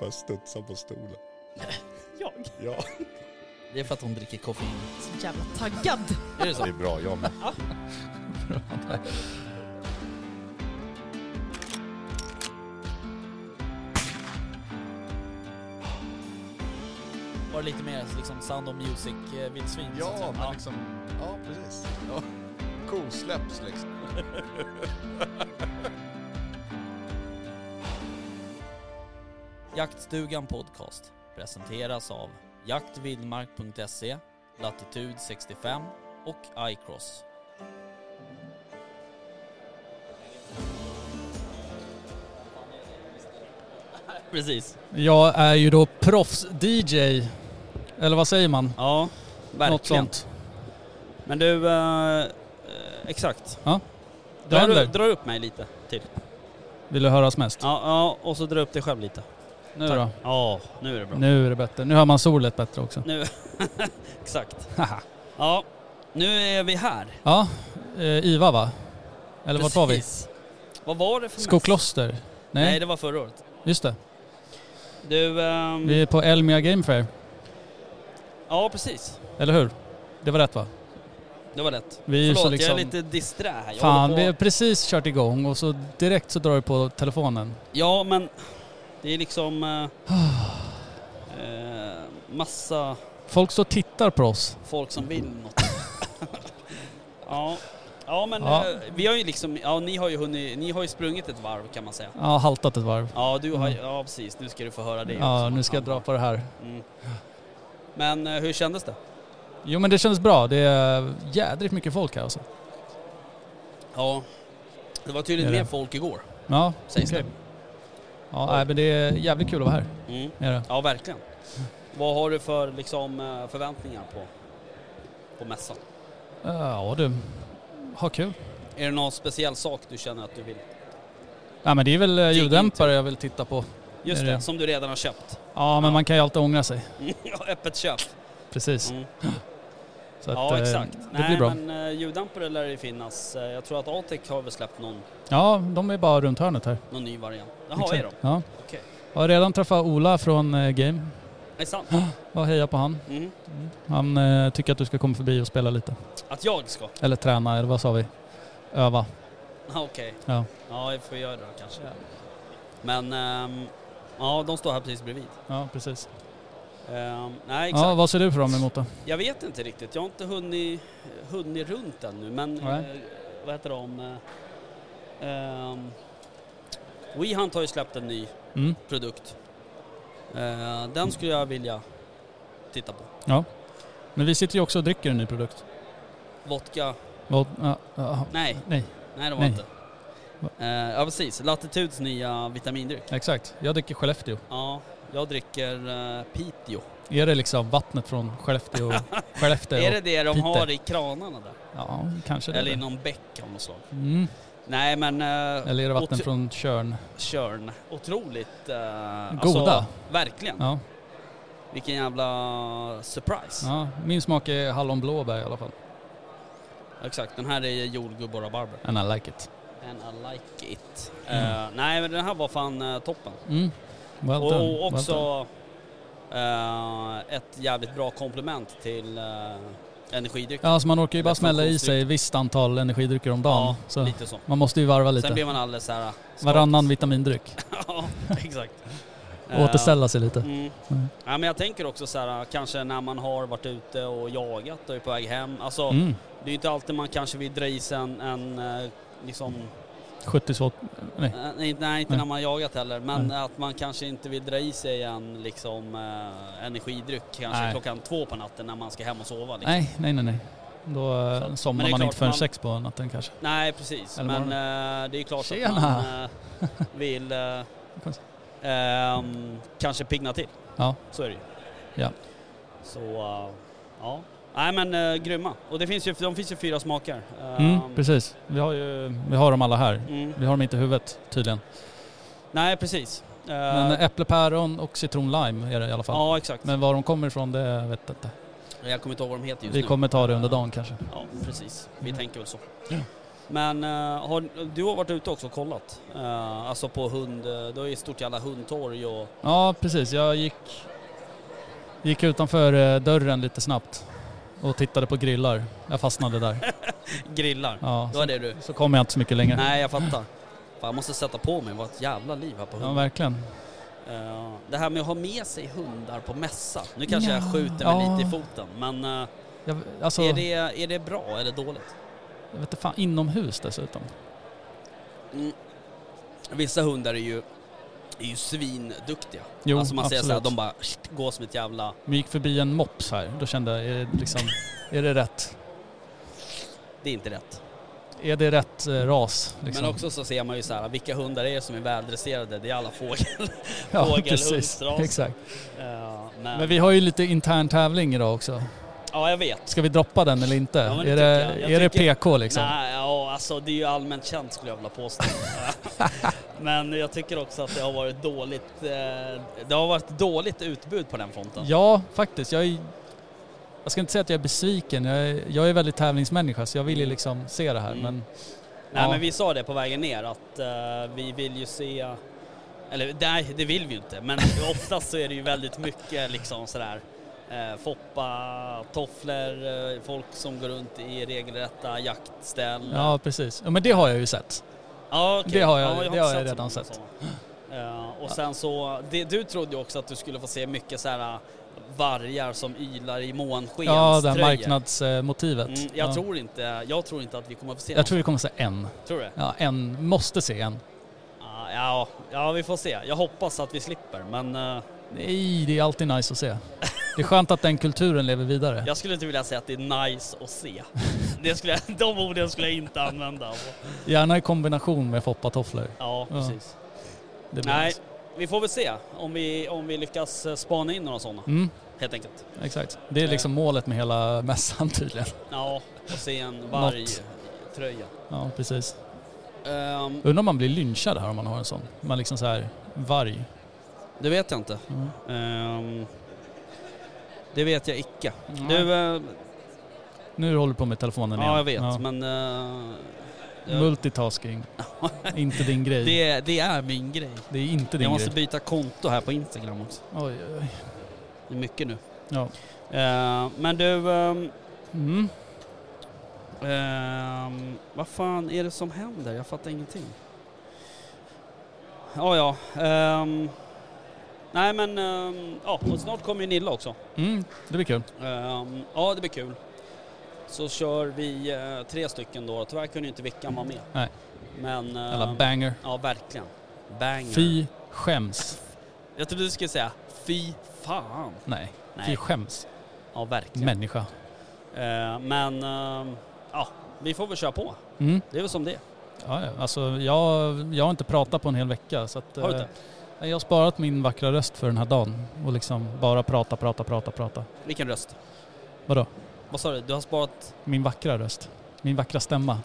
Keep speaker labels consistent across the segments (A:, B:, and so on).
A: Bara studsar på stolen.
B: Jag?
A: Ja.
C: Det är för att hon dricker koffein.
B: Så jävla taggad.
C: Är det så?
A: Det är bra, jag med.
C: Var det lite mer liksom Sound of eh, Music-vildsvin?
A: Ja, men liksom... Ja, precis. Ja. Kosläpps liksom.
C: Jaktstugan Podcast presenteras av jaktvildmark.se, Latitude 65 och iCross. Precis.
D: Jag är ju då proffs-DJ. Eller vad säger man?
C: Ja, verkligen.
D: Något sånt.
C: Men du, eh, eh, exakt.
D: Ja. Det
C: Drar, du,
D: händer.
C: drar upp mig lite till.
D: Vill du höras mest?
C: Ja, ja, och så drar upp dig själv lite.
D: nu
C: tack.
D: då?
C: Ja, nu är det bra.
D: Nu är det bättre. Nu hör man solet bättre också.
C: Nu, exakt.
D: Haha.
C: Ja, nu är vi här.
D: ja, eh, IVA va? Eller vart var vi?
C: Precis. Vad var det för mässa?
D: Skokloster? Nej,
C: Nej. det var förra året.
D: just det.
C: Du, ehm,
D: Vi är på Elmia Game Fair,
C: ja precis.
D: eller hur? Det var rätt va?
C: Det var lätt.
D: Vi är ju
C: Förlåt,
D: så liksom...
C: jag är lite disträ här. Jag
D: Fan,
C: håller på...
D: vi har precis kört igång och så direkt så drar du på telefonen.
C: Ja, men det är liksom eh, eh, massa
D: Folk står och tittar på oss.
C: folk som vill något. ja. ja, men
D: Ja.
C: eh, vi har ju liksom, ja ni har ju hunnit, ni har ju sprungit ett varv kan man säga.
D: Ja, haltat ett varv.
C: Ja, du har,
D: Mm.
C: ja precis, nu ska du få höra det
D: Ja,
C: också.
D: nu ska jag dra på det här.
C: Mm. Men eh, hur kändes det?
D: Jo men det kändes bra. Det är jädrigt mycket folk här alltså.
C: Ja, det var tydligen
D: Är det?
C: mer folk igår.
D: Ja,
C: Sägs
D: okej. Ja, nej, men det är jävligt kul att vara här.
C: Mm.
D: Är det.
C: Ja, verkligen. Vad har du för liksom, eh, förväntningar på, på mässan?
D: Ja du, ha kul.
C: Är det någon speciell sak du känner att du vill?
D: Ja, men det är väl eh, ljuddämpare jag vill titta på.
C: Just
D: Är
C: det,
D: det-
C: som du redan har köpt.
D: Ja men man kan ju alltid ångra sig.
C: Ja, Öppet köp.
D: Precis.
C: Mm.
D: Så att,
C: Ja,
D: eh,
C: exakt.
D: Det
C: Nej,
D: blir bra.
C: men eh, ljuddämpare lär det finnas. Eh, Jag tror att Atec har väl släppt någon,
D: Ja, de är bara runt hörnet här. Liksom.
C: någon ny variant. Jaha, är de?
D: Ja.
C: Okej.
D: Jag har redan träffat Ola från eh, Game.
C: Är det sant?
D: Vad heja på han.
C: Mm.
D: Han eh, tycker att du ska komma förbi och spela lite.
C: Att jag ska?
D: Eller träna, eller vad sa vi? Öva.
C: Ja, Okej.
D: Ja.
C: Ja, jag får göra det då kanske. Men ehm, ja, de står här precis bredvid.
D: Ja, precis.
C: Ehm, nej, exakt.
D: Ja, vad ser du fram emot då?
C: Jag vet inte riktigt. Jag har inte hunnit, hunnit runt ännu. Men
D: Nej.
C: eh, vad heter de? Eh, ehm, WeHunt har ju släppt en ny
D: Mm.
C: produkt. Eh, den skulle jag vilja titta på.
D: Men vi sitter ju också och dricker en ny produkt.
C: Vodka.
D: Vad, ja, ja,
C: Nej,
D: nej,
C: nej det var
D: Nej.
C: inte.
D: Va?
C: Eh, ja precis, Latitudes nya vitamindryck.
D: exakt. Jag dricker Skellefteå.
C: Ja, jag dricker eh, Piteå.
D: Är det liksom vattnet från Skellefteå? Skellefteå?
C: Är det det de
D: Piteå.
C: har i kranarna där?
D: Ja, kanske det.
C: Eller i
D: Eller,
C: någon bäck av något slag?
D: mm.
C: Nej men... eh,
D: Eller är det vatten
C: otro-
D: från Tjörn?
C: Tjörn. Otroligt... Eh,
D: Goda.
C: verkligen.
D: Ja.
C: Vilken jävla surprise.
D: ja. Min smak är hallonblåbär i alla fall.
C: Exakt, den här är jordgubbar och barber.
D: And I like it.
C: And I like it. Eh, nej men den här var fan eh, toppen.
D: Mm. Well
C: och,
D: done.
C: och
D: Well done.
C: också eh, ett jävligt bra komplement till eh, energidrycken.
D: Ja, alltså man orkar ju bara
C: Lätt
D: smälla i sig
C: funktionsdryck.
D: ett visst antal energidrycker om dagen. så
C: lite så.
D: man måste ju varva
C: Sen
D: lite.
C: blir man alldeles såhär...
D: Varannan vitamindryck.
C: ja, exakt. Eh,
D: Återställa sig lite.
C: Mm.
D: Mm.
C: Ja, men jag tänker också så här, kanske när man har varit ute och jagat och är på väg hem. Alltså,
D: Mm.
C: Det är ju inte alltid man kanske vill dra i sig en, en eh, liksom,
D: 70 svårt.
C: eh, nej, nej inte
D: Nej.
C: när man har jagat heller, men att man kanske inte vill dra i sig en liksom, eh, energidryck kanske
D: Nej.
C: klockan två på natten när man ska hem och sova. Liksom. Nej.
D: Nej, nej, nej, nej. Då eh,
C: Så att- men det
D: somnar
C: är
D: man
C: klart
D: inte förrän
C: man-
D: sex på natten kanske.
C: precis.
D: Eller
C: men
D: morgon.
C: eh, det är ju klart att
D: Tjena.
C: man eh, vill eh,
D: Konstigt.
C: ehm, kanske pigna till.
D: Ja.
C: Så är det ju.
D: Ja.
C: Så, eh, ja. Nej men uh, grymma. Och det finns ju, de finns ju fyra smaker.
D: Mm,
C: Ehm,
D: precis. Vi har, ju, vi har dem alla här.
C: mm.
D: Vi har dem inte i huvudet tydligen.
C: Nej precis. Eh,
D: Men äpple, päron och citron lime är det i alla fall.
C: ja exakt.
D: Men var de kommer ifrån det vet jag inte.
C: Jag kommer inte ihåg vad de heter just
D: Vi Mm.
C: nu.
D: kommer ta det under dagen kanske.
C: Ja, precis. Vi tänker väl så. Men eh, har, du har varit ute också och kollat? Eh, alltså på hund, eh, du har ju ett stort jävla hundtorg och...
D: Ja, precis. Jag gick, gick utanför eh, dörren lite snabbt och tittade på grillar. Jag fastnade där.
C: Grillar.
D: Ja,
C: Då
D: så,
C: är det du.
D: så kom jag inte så mycket längre.
C: Nej, jag fattar. Fan, jag måste sätta på mig, vad ett jävla liv här på
D: Ja,
C: hunden.
D: verkligen.
C: Eh, det här med att ha med sig hundar på mässa. Nu kanske jag
D: Ja.
C: skjuter mig
D: Ja.
C: lite i foten, men eh,
D: Jag, alltså,
C: är, det, är det bra eller dåligt?
D: jag vet inte fan, inomhus dessutom.
C: Vissa hundar är ju, är ju svinduktiga.
D: Jo,
C: alltså man säger
D: absolut.
C: såhär, de bara "Shit", går som ett jävla...
D: Vi gick förbi en mops här. Då kände jag, är det, liksom, är det rätt?
C: Det är inte rätt.
D: Är det rätt eh, ras? Liksom?
C: Men också så ser man ju så här, vilka hundar är det som är väldresserade? Det är alla fåglar.
D: ja,
C: fågel,
D: precis.
C: hundsras.
D: Exakt.
C: Eh, men,
D: Men vi har ju lite intern tävling idag också.
C: ja, jag vet.
D: Ska vi droppa den eller inte?
C: Ja, men det
D: är
C: tycker
D: det,
C: jag. Jag
D: är det
C: tycker-
D: PK liksom?
C: Nej, ja, alltså det är ju allmänt känt skulle jag vilja påstå. men jag tycker också att det har varit dåligt, eh, det har varit dåligt utbud på den fronten.
D: Ja, faktiskt. Jag, är, jag ska inte säga att jag är besviken. Jag är, jag är väldigt tävlingsmänniska så jag vill ju liksom se det här.
C: Mm.
D: Men
C: Nej
D: ja.
C: men vi sa det på vägen ner att eh, vi vill ju se, eller nej det vill vi ju inte, men oftast så är det ju väldigt mycket liksom sådär eh, Foppa, tofflor, eh, folk som går runt i regelrätta jaktställ.
D: Ja, precis. Ja, men det har jag ju sett.
C: Ja, okej.
D: Det har jag- det har
C: inte
D: jag
C: så
D: redan
C: många
D: sett.
C: sådana. Eh, och sen så, det, du trodde ju också att du skulle få se mycket så här eh, vargar som ylar i månskens
D: Ja, det här
C: tröjor.
D: marknadsmotivet.
C: Mm, jag,
D: ja.
C: tror inte, jag tror inte att vi kommer att få se
D: jag tror vi kommer se en.
C: något. Tror du?
D: Ja, en. Måste se en.
C: Ja, ja, ja, vi får se. Jag hoppas att vi slipper, men eh,
D: Nej, det är alltid nice att se. Det är skönt att den kulturen lever vidare.
C: jag skulle inte vilja säga att det är nice att se. Det skulle, jag- de orden skulle jag inte använda.
D: Gärna i kombination med foppatofflor.
C: Ja,
D: Ja.
C: precis.
D: Det blir
C: Nej,
D: nice.
C: vi får väl se om vi, om vi lyckas eh, spana in några sådana,
D: Mm,
C: helt enkelt.
D: exakt. Det är liksom målet med hela mässan tydligen.
C: Ja, och se en varg
D: Något.
C: i tröja.
D: Ja, precis.
C: Ehm,
D: Undrar om man blir lynchad här om man har en sån. Man liksom så här, varg.
C: det vet jag inte.
D: Mm.
C: Ehm, det vet jag icke.
D: Nej.
C: Du, eh,
D: Nu håller du på med telefonen igen.
C: ja jag vet, men eh, jag-
D: Multitasking. inte din grej. Det,
C: det, det är min grej.
D: är inte din
C: Jag måste
D: grej.
C: byta konto här på Instagram också.
D: Oj, oj.
C: Det är mycket nu.
D: Ja.
C: Eh, men du, ehm,
D: Mm.
C: ehm, vad fan är det som händer? Jag fattar ingenting. Ja, ja. ehm, nej, men ehm, ja, och snart kommer ju Nilla också.
D: Mm. Det blir kul.
C: Ehm, ja, det blir kul. Så kör vi eh, tre stycken då. Tyvärr kunde ju inte Vickan vara med.
D: Nej.
C: Men... ehm,
D: Alla banger.
C: ja, verkligen. Banger.
D: Fy skäms.
C: Jag trodde du skulle säga fy fan.
D: Nej. Fy
C: Nej,
D: skäms.
C: ja verkligen.
D: Människa.
C: Eh, men ehm, ja, vi får väl köra på.
D: Mm.
C: Det är väl som det är.
D: Ja, ja. Alltså, jag, jag har inte pratat på en hel vecka. Så att,
C: Har du
D: eh,
C: inte?
D: nej, jag har sparat min vackra röst för den här dagen. Och liksom bara prata, prata, prata, prata.
C: Vilken röst?
D: Vadå?
C: Vad sa du? Du har sparat
D: Min vackra röst. Min vackra stämma.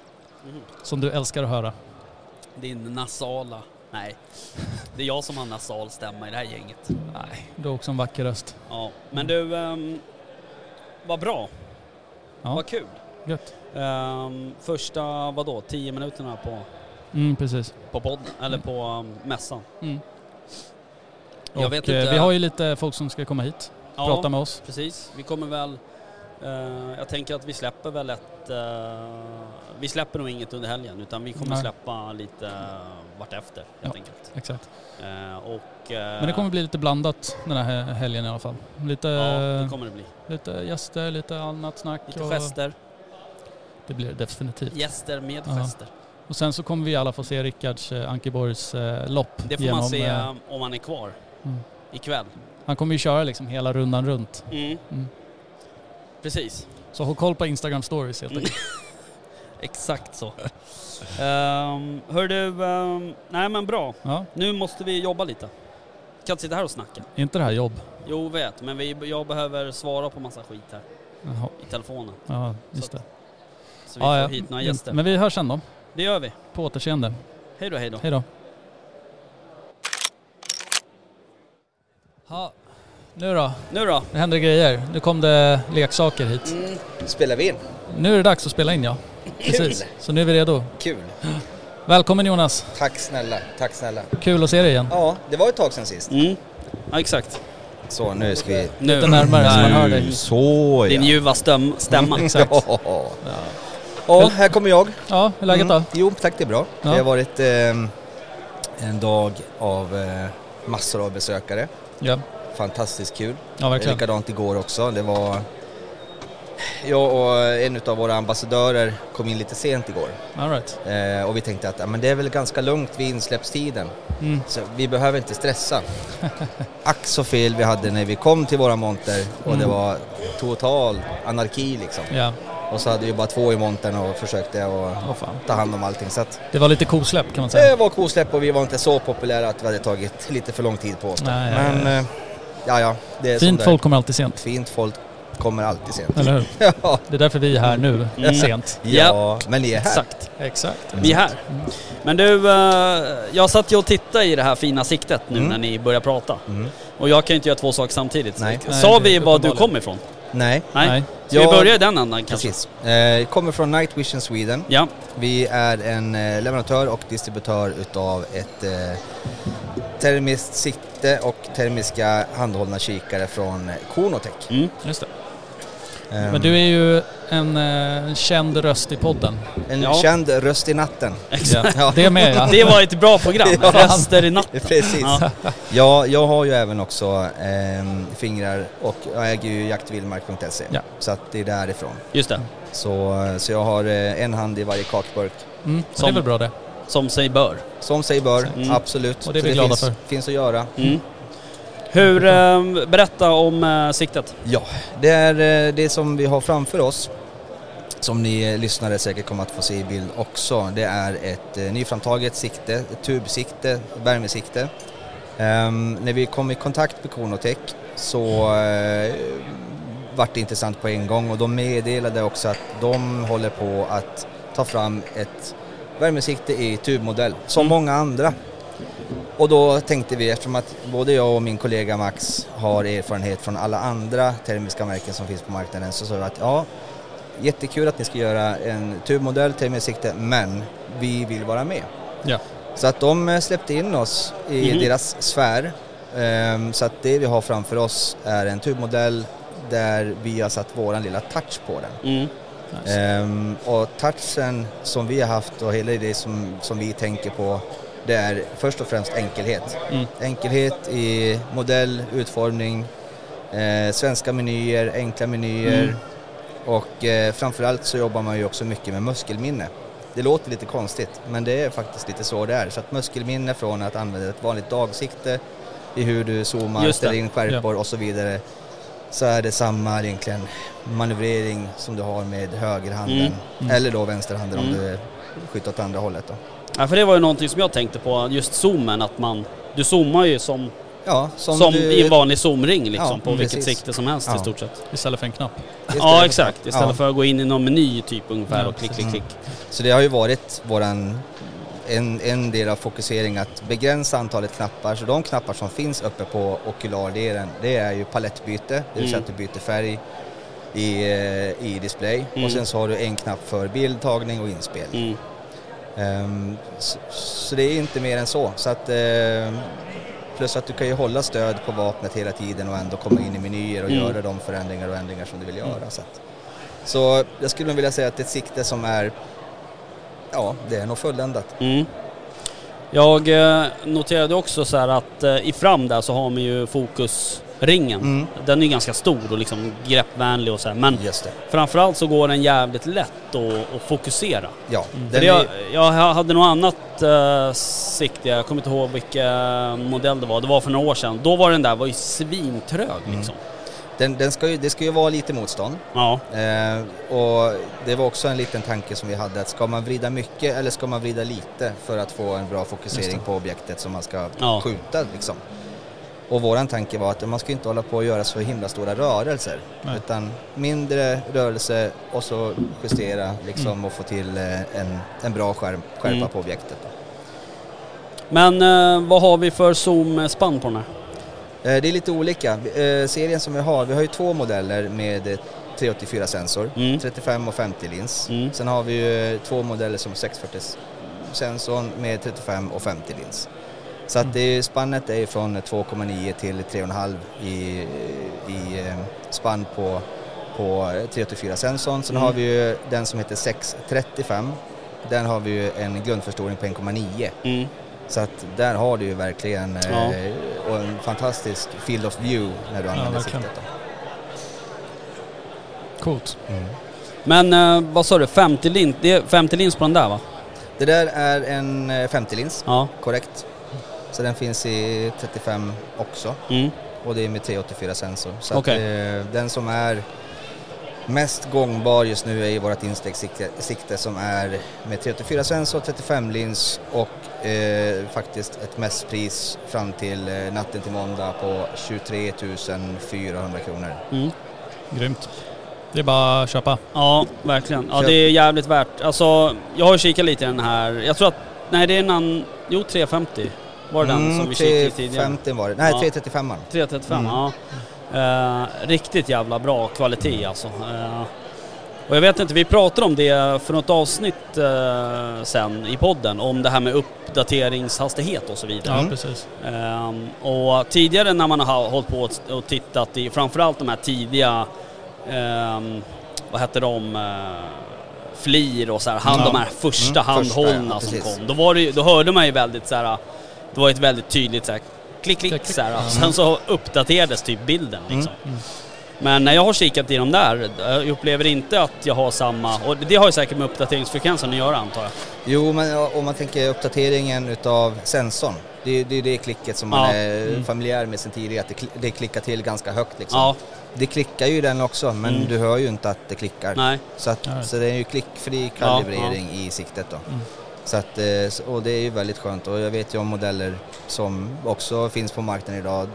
C: Mhm.
D: Som du älskar att höra.
C: din nasala... Nej, det är jag som har nasal stämma i det här gänget.
D: Nej, du har också en vacker röst.
C: Ja, men du, ehm, vad bra.
D: Ja.
C: Vad kul.
D: Gött.
C: Ehm, första, vadå, tio minuterna på,
D: Mm, precis.
C: på podden, eller på ehm, mässan.
D: Mm.
C: Jag
D: och,
C: vet
D: eh,
C: inte-
D: Vi har ju lite folk som ska komma hit
C: Ja,
D: prata med oss.
C: precis. Vi kommer väl... eh, jag tänker att vi släpper väl ett... eh, vi släpper nog inget under helgen utan vi kommer
D: Nej.
C: släppa lite uh, vartefter helt
D: Ja.
C: enkelt.
D: Exakt.
C: Eh, och, eh,
D: Men det kommer bli lite blandat den här he- helgen i alla fall. Lite, eh,
C: Ja, det kommer det bli.
D: lite gäster, lite annat snack.
C: Lite
D: och-
C: gester.
D: Det blir det definitivt.
C: Gäster med
D: Ja.
C: gester.
D: Och sen så kommer vi i alla fall se Rickards eh, Ankeborgs eh, lopp.
C: Det får
D: genom,
C: man se
D: eh,
C: eh, om han är kvar
D: Mm.
C: ikväll.
D: han kommer ju köra liksom hela rundan runt. Mm.
C: Precis.
D: Så håll koll på Instagram stories helt enkelt.
C: Exakt så. um, hör du, ehm, nej men bra.
D: Ja,
C: Nu måste vi jobba lite. Kan inte sitta här och snacka.
D: är inte det här jobb?
C: Jo, vet, men vi, jag behöver svara på massa skit här
D: Jaha,
C: i telefonen.
D: ja, just
C: Så
D: det.
C: Så vi
D: ja,
C: får
D: ja.
C: hit några gäster.
D: Men vi hörs sen då.
C: Det gör vi.
D: På återseende.
C: Hej då, hej då.
D: Hej då. Ha, nu då?
C: Nu då?
D: Det händer grejer. Nu kom det leksaker hit.
E: Spelar vi in?
D: Nu är det dags att spela in ja. Precis. Så nu är vi redo.
E: Kul.
D: Välkommen Jonas.
E: Tack snälla, tack snälla.
D: Kul att se dig igen.
E: Ja, det var ett tag sedan sist.
C: Mm. Ja, exakt.
E: Så, nu ska vi...
C: Nu.
D: Lite närmare Mm. så man hör dig.
E: Så
C: Din ljuva stöm, stämma.
D: Exakt.
E: Ja. ja, här kommer jag.
D: Ja, hur är läget då?
E: Mm. Jo tack, det är bra.
D: Ja.
E: Det har varit ehm, en dag av eh, massor av besökare.
D: Ja,
E: Fantastiskt kul.
D: ja
E: Det är
D: verkligen.
E: likadant igår också. Det var... Jag och en av våra ambassadörer kom in lite sent igår
D: All right.
E: eh, och vi tänkte att ja, men det är väl ganska lugnt vid insläppstiden.
D: Mm.
E: Så vi behöver inte stressa. Ack så fel vi hade när vi kom till våra monter och det
D: Mm.
E: var total anarki liksom.
D: Ja,
E: Och så hade vi bara två i montern och försökte att
D: åh fan.
E: ta hand om allting. Så att
D: Det var lite kosläpp kan man säga.
E: det var kosläpp och vi var inte så populära att vi hade tagit lite för lång tid på oss.
D: Nej, ja,
E: Men
D: ja.
E: eh, ja, ja, det är som
D: Fint
E: det är.
D: folk kommer alltid sent,
E: Fint folk kommer alltid sent.
D: eller hur?
E: ja,
D: Det är därför vi är här nu,
C: Mm.
D: sent.
E: ja, men ni är här.
C: Exakt.
D: Exakt.
C: Vi är här. Men du, eh, jag satt ju och tittade i det här fina siktet nu
E: Mm.
C: när ni började prata.
E: Mm.
C: Och jag kan ju inte göra två saker samtidigt.
E: Nej.
C: Sa
D: Nej, det
C: vi
D: är
C: var du
D: uppenbarligen.
C: kom ifrån?
E: Nej,
C: Nej.
D: Nej.
C: Ska
E: Jag-
C: vi börja i den ändan
D: Alltså.
C: kanske?
E: precis. Eh, kommer från Night Vision Sweden.
C: Ja.
E: Vi är en eh, leverantör och distributör utav ett eh, termiskt sikte och termiska handhållna kikare från Konotech.
C: Mm.
D: Just det.
E: Ehm,
D: Men du är ju en eh, känd röst i podden.
E: En
C: Ja.
E: känd röst i natten.
C: Exakt.
E: Ja,
D: Det med ja.
C: Det var ett bra program,
E: Ja.
C: Röster i natten.
E: precis.
C: Ja.
E: Ja, jag har ju även också ehm, fingrar och jag äger ju jaktvildmark.se.
D: Ja.
E: Så att det är därifrån.
C: Just det,
E: Så, så jag har eh, en hand i varje kakburk.
D: Mm, det är
C: Som-
D: väl bra det.
C: som sig bör.
E: Som sig bör,
C: Mm.
E: absolut.
D: Och det är
E: Så
D: vi glada
E: finns,
D: för.
E: finns att göra.
C: Mm. Hur, eh, berätta om eh, siktet.
E: Ja, det är eh, det som vi har framför oss som ni eh, lyssnare säkert kommer att få se i bild också. Det är ett eh, nyframtaget sikte, ett tubsikte, värmesikte. Ehm, när vi kom i kontakt med Konotech så eh, vart det intressant på en gång och de meddelade också att de håller på att ta fram ett värmesikte i tubmodell, som många andra. Och då tänkte vi, eftersom att både jag och min kollega Max har erfarenhet från alla andra termiska märken som finns på marknaden, så sa vi att ja, jättekul att ni ska göra en tubmodell, termiskt sikte, men vi vill vara med.
D: Ja.
E: Så att de eh, släppte in oss i
C: Mhm.
E: deras sfär. Ehm, Så att det vi har framför oss är en tubmodell där vi har satt våran lilla touch på den.
C: Mm.
D: Nice.
E: Ehm, och touchen som vi har haft och hela det som, som vi tänker på det är först och främst enkelhet.
D: Mm.
E: Enkelhet i modell, utformning, eh, svenska menyer, enkla menyer
D: Mm.
E: och eh, framförallt så jobbar man ju också mycket med muskelminne. Det låter lite konstigt men det är faktiskt lite så det är. Så att muskelminne från att använda ett vanligt dagsikte i hur du zoomar,
C: Just det.
E: ställer in skärpor och så vidare så är det samma egentligen manövrering som du har med högerhanden
C: Mm.
D: Mm.
E: eller då vänsterhanden om
C: Mm.
E: du skjuter åt andra hållet. Då.
C: Ja, för det var ju någonting som jag tänkte på, just zoomen, att man, du zoomar ju som,
E: Ja,
C: som,
E: du-
C: i en vanlig zoomring liksom,
E: Ja,
C: på vilket
E: precis.
C: sikte som helst i
E: Ja.
C: stort sett.
D: Istället för en knapp.
E: istället
C: Ja
E: för-
C: exakt, istället
E: Ja.
C: för att gå in i någon meny typ ungefär
D: Ja,
C: och klick, klick,
E: precis.
C: klick.
E: Så det har ju varit våran, en, en del av fokusering att begränsa antalet knappar. Så de knappar som finns uppe på okulardelen det är ju palettbyte, det vill säga
C: Mm.
E: att du byter färg i, eh, i display.
C: Mm.
E: Och sen så har du en knapp för bildtagning och inspel.
C: Mm.
E: Ehm, så, så det är inte mer än så. så att, ehm, plus att du kan ju hålla stöd på vapnet hela tiden och ändå komma in i menyer och
C: Mm.
E: göra de förändringar och ändringar som du vill göra. Så, att, så jag skulle nog vilja säga att det är ett sikte som är, ja det är nog fulländat.
C: Mm. Jag eh, noterade också så här att eh, i fram där så har man ju fokusringen.
E: Mm.
C: Den är ju ganska stor och liksom greppvänlig och så här. men
E: Just det,
C: framförallt så går den jävligt lätt att, att fokusera.
E: ja.
C: För
E: Den
C: jag,
E: är,
C: jag hade något annat eh, sikte, jag kommer inte ihåg vilken modell det var, det var för några år sedan. Då var den där var ju svintrög
E: Mm.
C: liksom.
E: den, den ska ju, det ska ju vara lite motstånd.
C: Ja,
E: Ehm, och det var också en liten tanke som vi hade att ska man vrida mycket eller ska man vrida lite för att få en bra fokusering på objektet som man ska
C: Ja.
E: skjuta liksom. Och våran tanke var att man ska inte hålla på och göra så himla stora rörelser
D: Nej.
E: utan mindre rörelse och så justera liksom och få till eh, en, en bra skärm, skärpa
C: Mm.
E: på objektet. då.
C: men eh, vad har vi för zoom-spann på den här?
E: Eh, Det är lite olika. Eh, Serien som vi har, vi har ju två modeller med eh, 384 sensor,
C: Mm.
E: 35 och 50 lins.
C: Mm.
E: Sen har vi ju eh, två modeller som 640 sensorn med 35 och 50 lins. Så
C: Mm.
E: att det är, spannet är från 2,9 till 3,5 i, i eh, spann på, på 384 sensorn. Sen
C: Mm.
E: har vi ju den som heter 635. Den har vi ju en grundförstoring på 1,9.
C: Mm.
E: Så att där har du ju verkligen eh,
C: Ja.
E: och en fantastisk field of view när du använder
D: verkligen.
E: siktet. Då.
D: Coolt.
C: Mm. Men eh, vad sa du, 50 lins, det är 50 lins på den där va?
E: Det där är en eh, 50-lins,
C: Ja.
E: korrekt. Så den finns i 35 också
C: Mm.
E: och det är med 384 sensor. Så att,
C: Okej.
E: eh, den som är mest gångbar just nu är ju vårt instegssikte sikte som är med 384 sensor, 35 lins och eh, faktiskt ett mässpris fram till eh, natten till måndag på 23 400 kronor.
C: Mm.
D: Grymt. Det är bara att köpa.
C: Ja, verkligen. Ja,
E: Kör.
C: det är jävligt värt. Alltså, jag har ju kikat lite i den här. Jag tror att, nej det är en annan, jo 350 var det den som vi kikade i tidigare.
E: 350 Mm, var det. Nej,
C: Ja.
E: 335 an
C: 335,
E: Mm.
C: ja. Eh, riktigt jävla bra kvalitet alltså. Eh, och jag vet inte, vi pratade om det för något avsnitt eh, sen i podden, om det här med uppdateringshastighet och så vidare.
D: Ja,
E: Mm.
D: precis.
C: Ehm, och tidigare när man har hållit på och tittat i framförallt de här tidiga, ehm, vad hette de, eh, FLIR och så här, hand,
D: Ja.
C: de här första
E: Mm, första,
C: handhållna
E: ja,
C: som
E: precis.
C: kom. Då, var det, ju- då hörde man ju väldigt så här, det var ett väldigt tydligt så här, klick klick
D: Klick, klick.
C: så här.
D: Mm.
C: Sen så uppdaterades typ bilden liksom.
D: Mm.
C: Men när jag har kikat i de där, jag upplever inte att jag har samma, och det har ju säkert med uppdateringsfrekvensen att göra antar jag.
E: Jo, men ja, om man tänker uppdateringen utav sensorn. Det är det, är det klicket som
C: Ja.
E: man
C: Mm.
E: är familjär med sen tidigare, att det, kli- det klickar till ganska högt liksom.
C: Ja,
E: Det klickar ju den också, men
C: Mm.
E: du hör ju inte att det klickar.
C: nej.
E: Så, att,
D: Nej.
E: så det är ju klickfri kalibrering i siktet då.
D: Mm.
E: Så att, eh, så- och det är ju väldigt skönt och jag vet ju om modeller som också finns på marknaden idag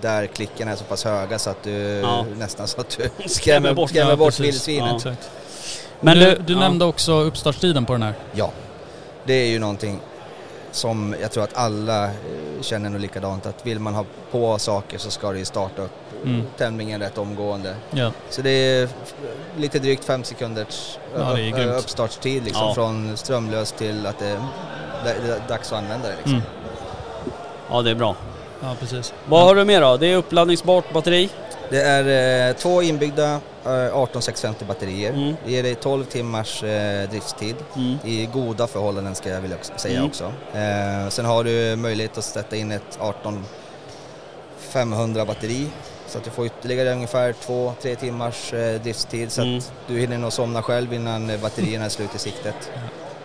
E: där klicken är så pass höga så att du
C: Ja.
E: nästan så att du
C: Skrämmer bort.
E: skrämmer
D: ja,
E: bort
D: precis.
E: vildsvinet.
C: Ja.
D: Exakt.
C: Men
D: du,
C: du-
D: du
C: ja.
D: nämnde också uppstartstiden på den här.
E: Ja, det är ju någonting som jag tror att alla eh, känner nog likadant att vill man ha på saker så ska det ju starta upp
D: Mm.
E: tändningen rätt omgående.
D: Ja.
E: Så det är f- lite drygt fem sekunders
D: Ja, det är
E: upp-
D: grymt.
E: uppstartstid liksom,
C: Ja.
E: från strömlös till att det är det- det är dags att använda det. Liksom.
D: Mm.
C: Ja, det är bra.
D: ja, precis.
C: Vad har du mer då? Det är uppladdningsbart batteri.
E: Det är eh, två inbyggda eh, 18650 batterier.
C: Mm.
E: Det ger dig 12 timmars eh, driftstid.
C: Mm.
E: I goda förhållanden ska jag vilja också- säga
C: Mm.
E: också. Eh, sen har du möjlighet att sätta in ett 18 500 batteri så att du får ytterligare ungefär 2-3 timmars eh, driftstid så
C: Mm.
E: att du hinner nog somna själv innan eh, batterierna är slut i siktet.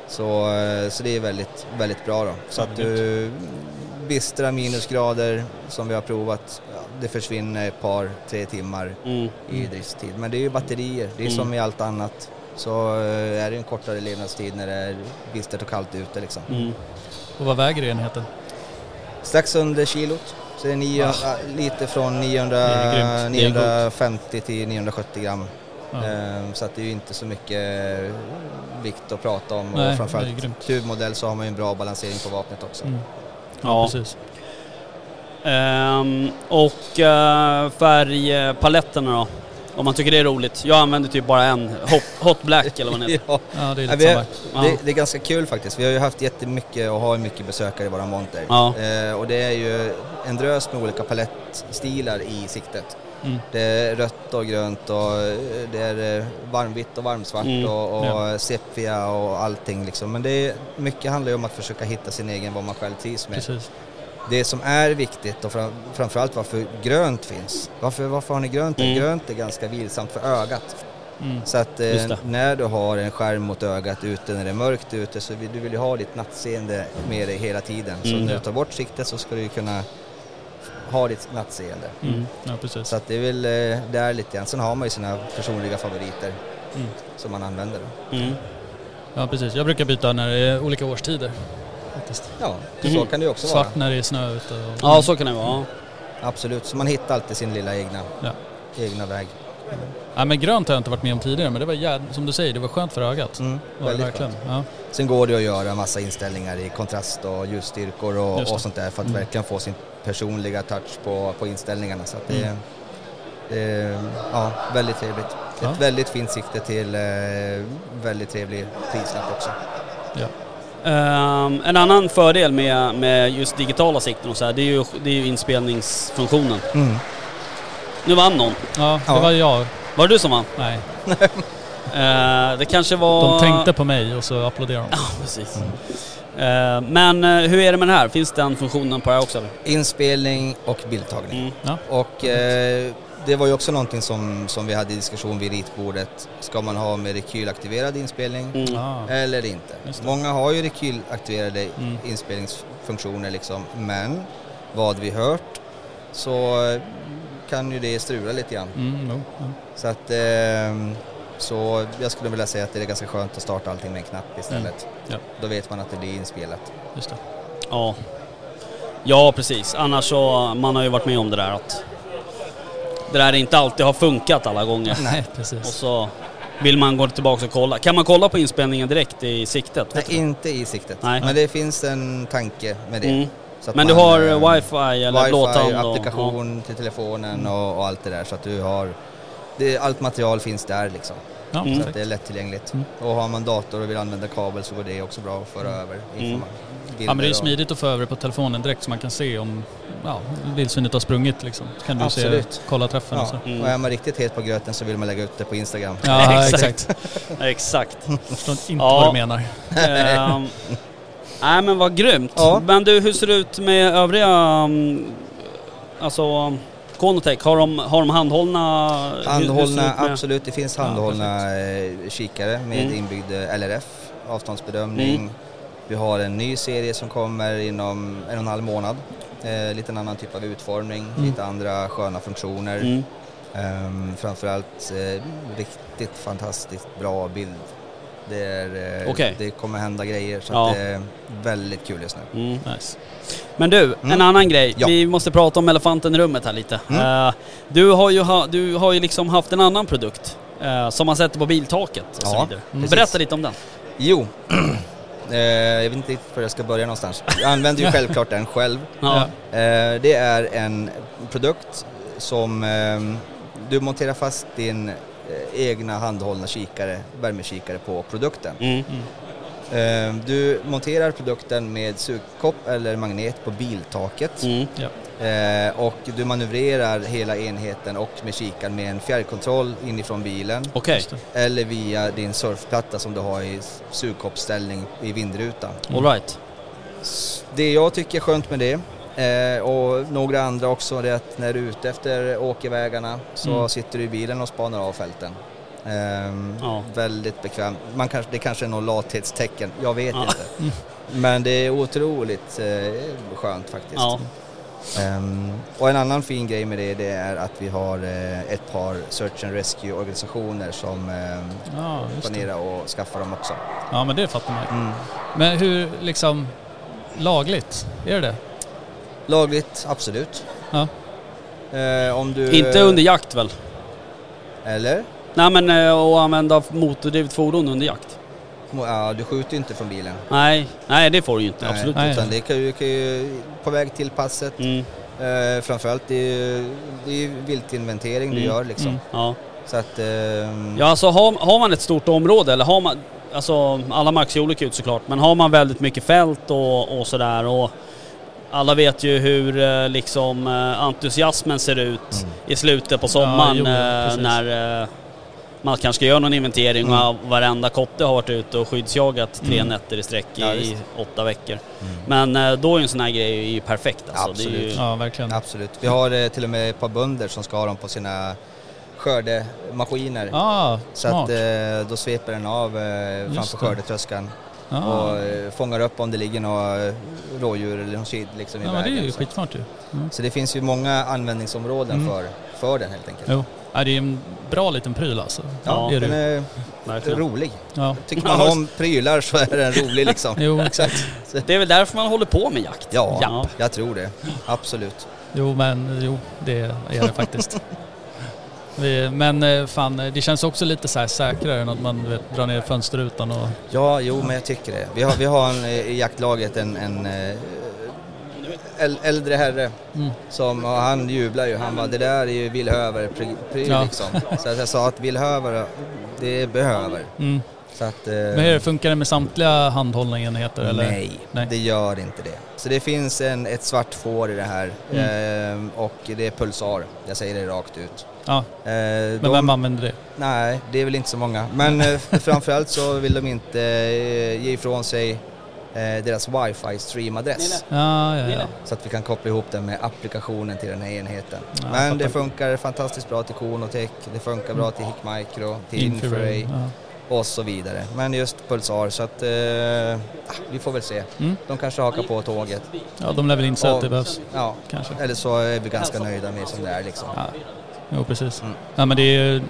E: Så, eh, så det är väldigt, väldigt bra då. Så att du, bistra minusgrader som vi har provat, ja, det försvinner ett par, tre timmar
C: Mm.
E: i driftstid. Men det är ju batterier, det är
C: Mm.
E: som i allt annat. Så eh, är det en kortare levnadstid när det är bistert och kallt ute liksom.
C: Mm.
D: Och vad väger enheten?
E: Strax under kilot, så det är nio, äh, lite från 900,
D: Ah. Det är grymt. Det är gott.
E: 950 till 970 gram.
D: Ja.
E: Ehm, Så att det är ju inte så mycket eh, vikt att prata om.
D: Nej,
E: och
D: det är
E: framförallt
D: grymt.
E: tubmodell så har man ju en bra balansering på vapnet också.
D: Mm.
C: Ja.
D: Precis.
C: Ehm, och eh, färgpaletterna då? Om man tycker det är roligt. Jag använder typ bara en. Hot, hot black eller vad den heter.
E: Ja,
D: Ja, det är
E: Ja,
D: lite
E: vi
D: samma.
E: är,
C: Ja.
E: det, det är ganska kul faktiskt. Vi har ju haft jättemycket och har ju mycket besökare i våra monter.
C: Ja.
E: Eh, och det är ju en drös med olika palettstilar i siktet.
D: Mm.
E: Det är rött och grönt och eh, det är eh, varmvitt och varmsvart
C: Mm,
E: och, och
D: ja.
E: sepia och allting liksom. Men det är, mycket handlar ju om att försöka hitta sin egen, vad man själv trivs med.
D: Precis.
E: Det som är viktigt och fram, framförallt varför grönt finns. Varför, varför har ni grönt?
C: Mm.
E: Grönt är ganska vilsamt för ögat.
D: Mm.
E: Så att
C: Just det.
E: eh, när du har en skärm mot ögat ute, när det är mörkt ute, så vill du vill ju ha ditt nattseende med dig hela tiden. Så
C: Mm.
E: när du tar bort siktet så ska du ju kunna ha ditt nattseende.
D: Mm. Ja, precis.
E: Så att det är väl eh, där lite grann. Sen har man ju sina personliga favoriter
D: Mm.
E: som man använder. Då.
C: Mm.
D: Ja, precis. Jag brukar byta när det är olika årstider. Faktiskt.
E: Ja, så
C: Mm.
E: kan det ju också vara.
D: Svart när det är snö ute. Och...
C: Ja, så kan det vara. Ja.
E: Absolut, så man hittar alltid sin lilla egna,
D: Ja.
E: egna väg.
D: Ja, men grönt har jag inte varit med om tidigare, men det var jäd... som du säger, det var skönt för ögat.
E: Mm,
D: Var det
E: väldigt
D: verkligen.
E: skönt.
D: Ja.
E: Sen går det att göra massa inställningar i kontrast och ljusstyrkor
D: Just
E: och,
D: det.
E: och sånt där för att
D: Mm.
E: verkligen få sin personliga touch på, på inställningarna. Så att det,
D: Mm.
E: det är ja, väldigt trevligt.
D: Ja.
E: Ett väldigt fint sikte till eh, väldigt trevlig prislapp också.
C: Ehm, en annan fördel med, med just digitala sikten och så här, det är ju, det är ju inspelningsfunktionen.
D: Mm.
C: Nu vann någon.
D: Ja, det
E: Ja.
D: var jag.
C: Var det du som vann?
D: Nej,
C: Ehm, det kanske var...
D: de tänkte på mig och så applåderade de.
C: Ja, precis. Ehm, men eh, hur är det med den här? Finns den funktionen på det här också? Eller?
E: Inspelning och bildtagning.
C: Mm.
E: Och eh, det var ju också någonting som, som vi hade i diskussion vid ritbordet. Ska man ha med rekylaktiverad inspelning
C: Mm.
D: Ah.
E: eller inte?
D: Just det.
E: Många har ju rekylaktiverade
D: Mm.
E: inspelningsfunktioner liksom, men vad vi hört så eh, kan ju det strula lite grann.
D: Mm, jo, ja.
E: Så att eh, så jag skulle vilja säga att det är ganska skönt att starta allting med en knapp istället.
C: Mm.
D: Ja.
E: Då vet man att det blir inspelat.
D: Just det.
C: Ja. ja, precis. Annars så, man har ju varit med om det där att det där inte alltid har funkat alla gånger.
D: Nej,
C: Och
D: precis.
C: så vill man gå tillbaka och kolla. Kan man kolla på inspelningen direkt i siktet?
E: Nej,
C: Vet du?
E: inte i siktet.
C: Nej.
E: Men det finns en tanke med det.
C: Mm.
E: Så att
C: Men du
E: man,
C: har
E: eh,
C: wifi eller
E: Wifi,
C: blåtand? och- Mm.
E: applikation till telefonen och, och allt det där så att du har det, allt material finns där liksom.
D: Ja,
C: Mm.
E: Så att
D: perfekt.
E: det är lättillgängligt.
D: Mm.
E: Och har man dator och vill använda kabel så går det också bra att föra över informa- bilder
D: Mm. Ja, men det är ju
E: och-
D: smidigt att få över det på telefonen direkt så man kan se om ja, vildsvinet har sprungit liksom. Så kan du
E: Absolut.
D: se, kolla träffen och så.
E: Ja.
C: Mm.
E: Och är man riktigt het på gröten så vill man lägga ut det på Instagram.
D: Ja,
C: Exakt.
D: exakt.
C: Exakt.
D: Jag förstår inte
C: Ja.
D: vad du menar.
C: Ehm, Nej men vad grymt.
E: Ja.
C: Men du, hur ser det ut med övriga, mm, alltså Konotech, har de, har de handhållna? hur- hur ser det ut
E: Handhållna,
C: med-
E: absolut. Det finns handhållna eh, kikare med
C: Mm.
E: inbyggd eh, LRF, avståndsbedömning.
D: Mm.
E: Vi har en ny serie som kommer inom en och en halv månad. Eh, lite en annan typ av utformning,
D: Mm.
E: lite andra sköna funktioner.
C: Mm.
E: Ehm, framförallt eh, riktigt fantastiskt bra bild. Det, är, eh,
C: Okej.
E: det kommer hända grejer så
C: Ja.
E: att det är väldigt kul just nu.
C: Mm.
D: Nice.
C: Men du, en annan grej.
E: Ja.
C: Vi måste prata om elefanten i rummet här lite. Eh, du, har ju ha, du har ju liksom haft en annan produkt eh, som man sätter på biltaket och så
E: Ja,
C: vidare.
E: precis.
C: Berätta lite om den.
E: Jo, eh, jag vet inte riktigt var jag ska börja någonstans. Jag använder ju självklart den själv.
C: Ja.
E: Eh, det är en produkt som ehm, du monterar fast din eh, egna handhållna kikare, värmekikare på produkten.
C: Mm.
E: Ehm, du monterar produkten med sugkopp eller magnet på biltaket.
C: Mm.
D: Ja.
E: Eh, och du manövrerar hela enheten och med kikaren med en fjärrkontroll inifrån bilen
C: Okej,
D: Just det.
E: eller via din surfplatta som du har i s- sugkoppsställning i vindrutan.
C: alright.
E: S- Det jag tycker är skönt med det eh, och några andra också det är att när du är ute efter åkervägarna så
D: Mm.
E: sitter du i bilen och spanar av fälten. Ehm,
C: Ja.
E: Väldigt bekvämt. Man kanske, det kanske är något lathetstecken, jag vet
C: Ja. Mm.
E: inte. Men det är otroligt eh, skönt faktiskt.
C: Ja.
E: Ehm, och en annan fin grej med det, det är att vi har eh, ett par search and rescue-organisationer som ehm,
D: Ja, just det.
E: planerar att skaffa dem också.
D: ja, men det fattar man ju.
E: Mm.
D: Men hur liksom lagligt, är det det?
E: Mm. Lagligt, absolut.
D: Ja.
E: Eh, om du,
C: Inte under jakt väl?
E: Eller?
C: Nej men eh, att använda motordrivet fordon under jakt?
E: Mo- Ja, du skjuter ju inte från bilen.
C: Nej, nej det får du ju inte. Absolut
D: Nej.
C: inte.
E: Utan det kan ju, kan ju, på väg till passet,
C: Mm.
E: eh, framförallt det är ju det är ju viltinventering du
C: Mm.
E: gör liksom.
D: Mm.
C: Ja.
E: Så att... ehm,
C: Ja, alltså har, har man ett stort område eller har man, alltså alla mark ser olika ut såklart, men har man väldigt mycket fält och, och sådär och alla vet ju hur eh, liksom eh, entusiasmen ser ut
E: Mm.
C: i slutet på sommaren
D: jo,
C: eh,
D: precis.
C: när eh, man kanske ska göra någon inventering
E: Mm.
C: och varenda kotte har varit ute och skyddsjagat tre
D: Mm.
C: nätter i sträck i,
E: Ja,
C: i
E: visst.
C: åtta veckor.
E: Mm.
C: Men eh, då är ju en sån här grej ju perfekt alltså. Det är ju,
E: Absolut.
D: Ja, verkligen.
E: Absolut. Vi har eh, till och med ett par bönder som ska ha dem på sina skördemaskiner.
D: Ah,
E: Så
D: smart.
E: att eh, då sveper den av eh,
D: Just
E: framför
D: det.
E: skördetröskan
D: ah.
E: och eh, fångar upp om det ligger några eh, rådjur eller någon kid liksom i
D: Ja, men det är
E: vägen.
D: ju
E: Så-
D: skitsmart ju.
E: Så det finns ju många användningsområden
D: Mm.
E: för, för den helt enkelt.
D: Jo. Ja, det är en bra liten pryl alltså.
E: Ja,
D: är
E: den
D: det.
E: är
C: verkligen.
E: rolig.
D: Ja.
E: Tycker man om prylar så är den rolig liksom.
D: Jo,
E: Exakt. Så,
C: det är väl därför man håller på med jakt.
E: ja, jag tror det. Absolut.
D: Jo, men jo, det är det faktiskt. Vi, men eh, fan, eh, det känns också lite så här säkrare än att man du vet, drar ner fönsterrutan och...
E: Ja, jo men jag tycker det. Vi har, vi har en, eh, i jaktlaget en, en eh, äl- äldre herre
D: Mm.
E: som, och han jublar ju. Han bara, det där är ju villhöver pry, pry,
D: Ja.
E: liksom. Så att jag sa att villhöver, det är behöver.
D: Mm.
E: Så att, eh,
D: Men hur är det, funkar det med samtliga handhållna enheter eller?
E: Nej,
D: Nej.
E: det gör inte det. Så det finns en, ett svart får i det här
D: Mm.
E: eh, och det är pulsar. Jag säger det rakt ut.
D: Ja,
E: Eh,
D: men
E: de-
D: vem använder det?
E: Nej, det är väl inte så många. Men eh, framförallt så vill de inte eh, ge ifrån sig eh, deras wifi streamadress
D: Ja, ja, ja.
E: så att vi kan koppla ihop den med applikationen till den här enheten.
D: Ja,
E: Men
D: jag
E: det
D: fattar.
E: funkar fantastiskt bra till Konotech, det funkar bra till Hikmicro, till
D: Infrared.
E: Infrared
D: Ja.
E: och så vidare. Men just Pulsar så att eh, ah, vi får väl se.
D: Mm.
E: De kanske hakar på tåget.
D: ja, de lär väl inse att det
E: Och-
D: behövs
E: Ja,
D: kanske.
E: eller så är vi ganska nöjda med som det är liksom.
D: Ja. Jo, precis.
E: Mm.
D: Nej, men det är, ju,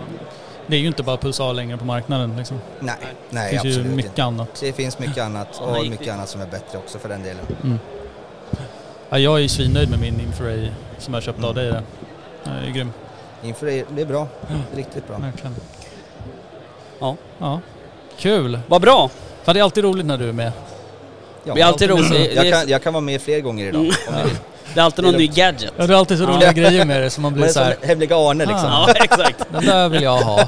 D: det är ju inte bara Pulsar längre på marknaden. Liksom.
E: Nej,
D: Det
E: nej
D: finns ju
E: absolut
D: mycket
E: inte.
D: annat.
E: Det finns mycket annat och mycket annat som är bättre också för den delen.
D: Ja, jag är ju svinnöjd med min Infrared som jag köpte
E: Mm.
D: av dig. där. Den är ju grym,
E: Inför det, det är bra. Det är riktigt bra.
D: verkligen.
C: Ja.
D: ja. Kul!
C: Vad bra!
D: Fan, det är alltid roligt när du är med.
E: Ja.
C: Det är alltid roligt. Det
E: Jag,
C: är,
E: kan, jag kan vara med fler gånger idag.
C: Mm.
E: om ni vill.
C: det är alltid någon ny gadget.
D: Ja, det är alltid så roliga grejer med det som man
E: Man
D: blir
E: är
D: så
E: som
D: här.
E: hemliga Arne liksom.
D: Ah.
C: Ja, exakt.
D: Den där vill jag ha.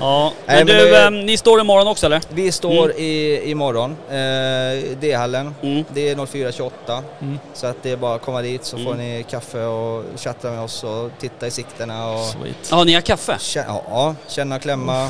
C: Ja. Men,
E: Nej, men
C: du,
E: det är-
C: ehm, ni står imorgon också eller?
E: Vi står i, imorgon, eh, D-hallen.
C: Mm.
E: Det är 04.28
D: Mm.
E: så att det är bara att komma dit så får
C: Mm.
E: ni kaffe och chatta med oss och titta i sikterna och
D: Sweet.
C: Ja, ni har kaffe?
E: kä- ja, känna och klämma.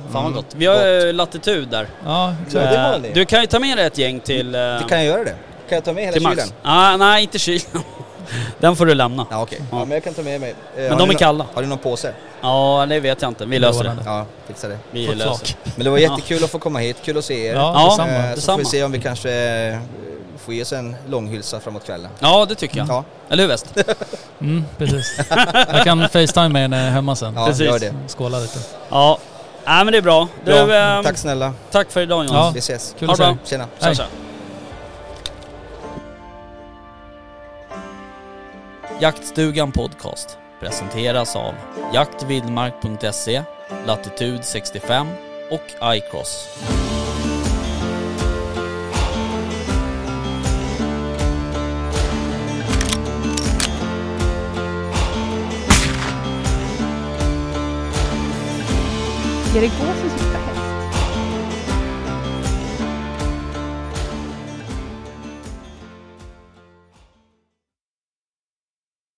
C: Fan vad
E: mm.
C: gott. Vi har ju latitud där.
D: Ja,
E: Så det har
C: Eh,
E: ni.
C: Du kan ju ta med dig ett gäng till, eh,
E: Det kan jag göra det? Kan jag ta med hela
C: till
E: kylen?
C: Max. Ah, nej, inte kylen. Den får du lämna.
E: Ja okej,
C: Ja.
E: ja, men jag kan ta med mig. Eh,
C: Mm. Men
E: har
C: de
E: ni
C: är
E: nå-
C: kalla.
E: Har du någon påse?
C: Ja, det vet jag inte. Vi löser det.
E: Ja, fixa det.
C: Vi
D: På
C: löser
D: klak.
C: det.
E: Men det var jättekul att få komma hit, kul att se er.
D: Ja,
C: Ja.
D: detsamma.
E: Eh, Så får
C: detsamma.
E: vi se om vi kanske eh, får ge oss en långhylsa framåt kvällen.
C: Ja, det tycker jag.
E: Ja,
C: Eller hur West?
D: Mm, precis. Jag kan facetime er när jag är hemma sen.
E: ja
C: Precis.
E: gör det.
D: Skåla lite.
C: Ja. Nej, men det är bra. Du,
E: Bra.
C: ehm,
E: Tack snälla,
C: tack för idag Jonas.
D: Ja.
E: vi ses.
D: Kul
C: Ha
D: att se
C: det
D: dig.
C: bra.
E: Tjena.
C: Tja,
D: Hej.
C: tja. Jaktstugan Podcast presenteras av jaktvildmark.se, E, Latitude 65 och iCross.
F: Erik Gåsen sitter här.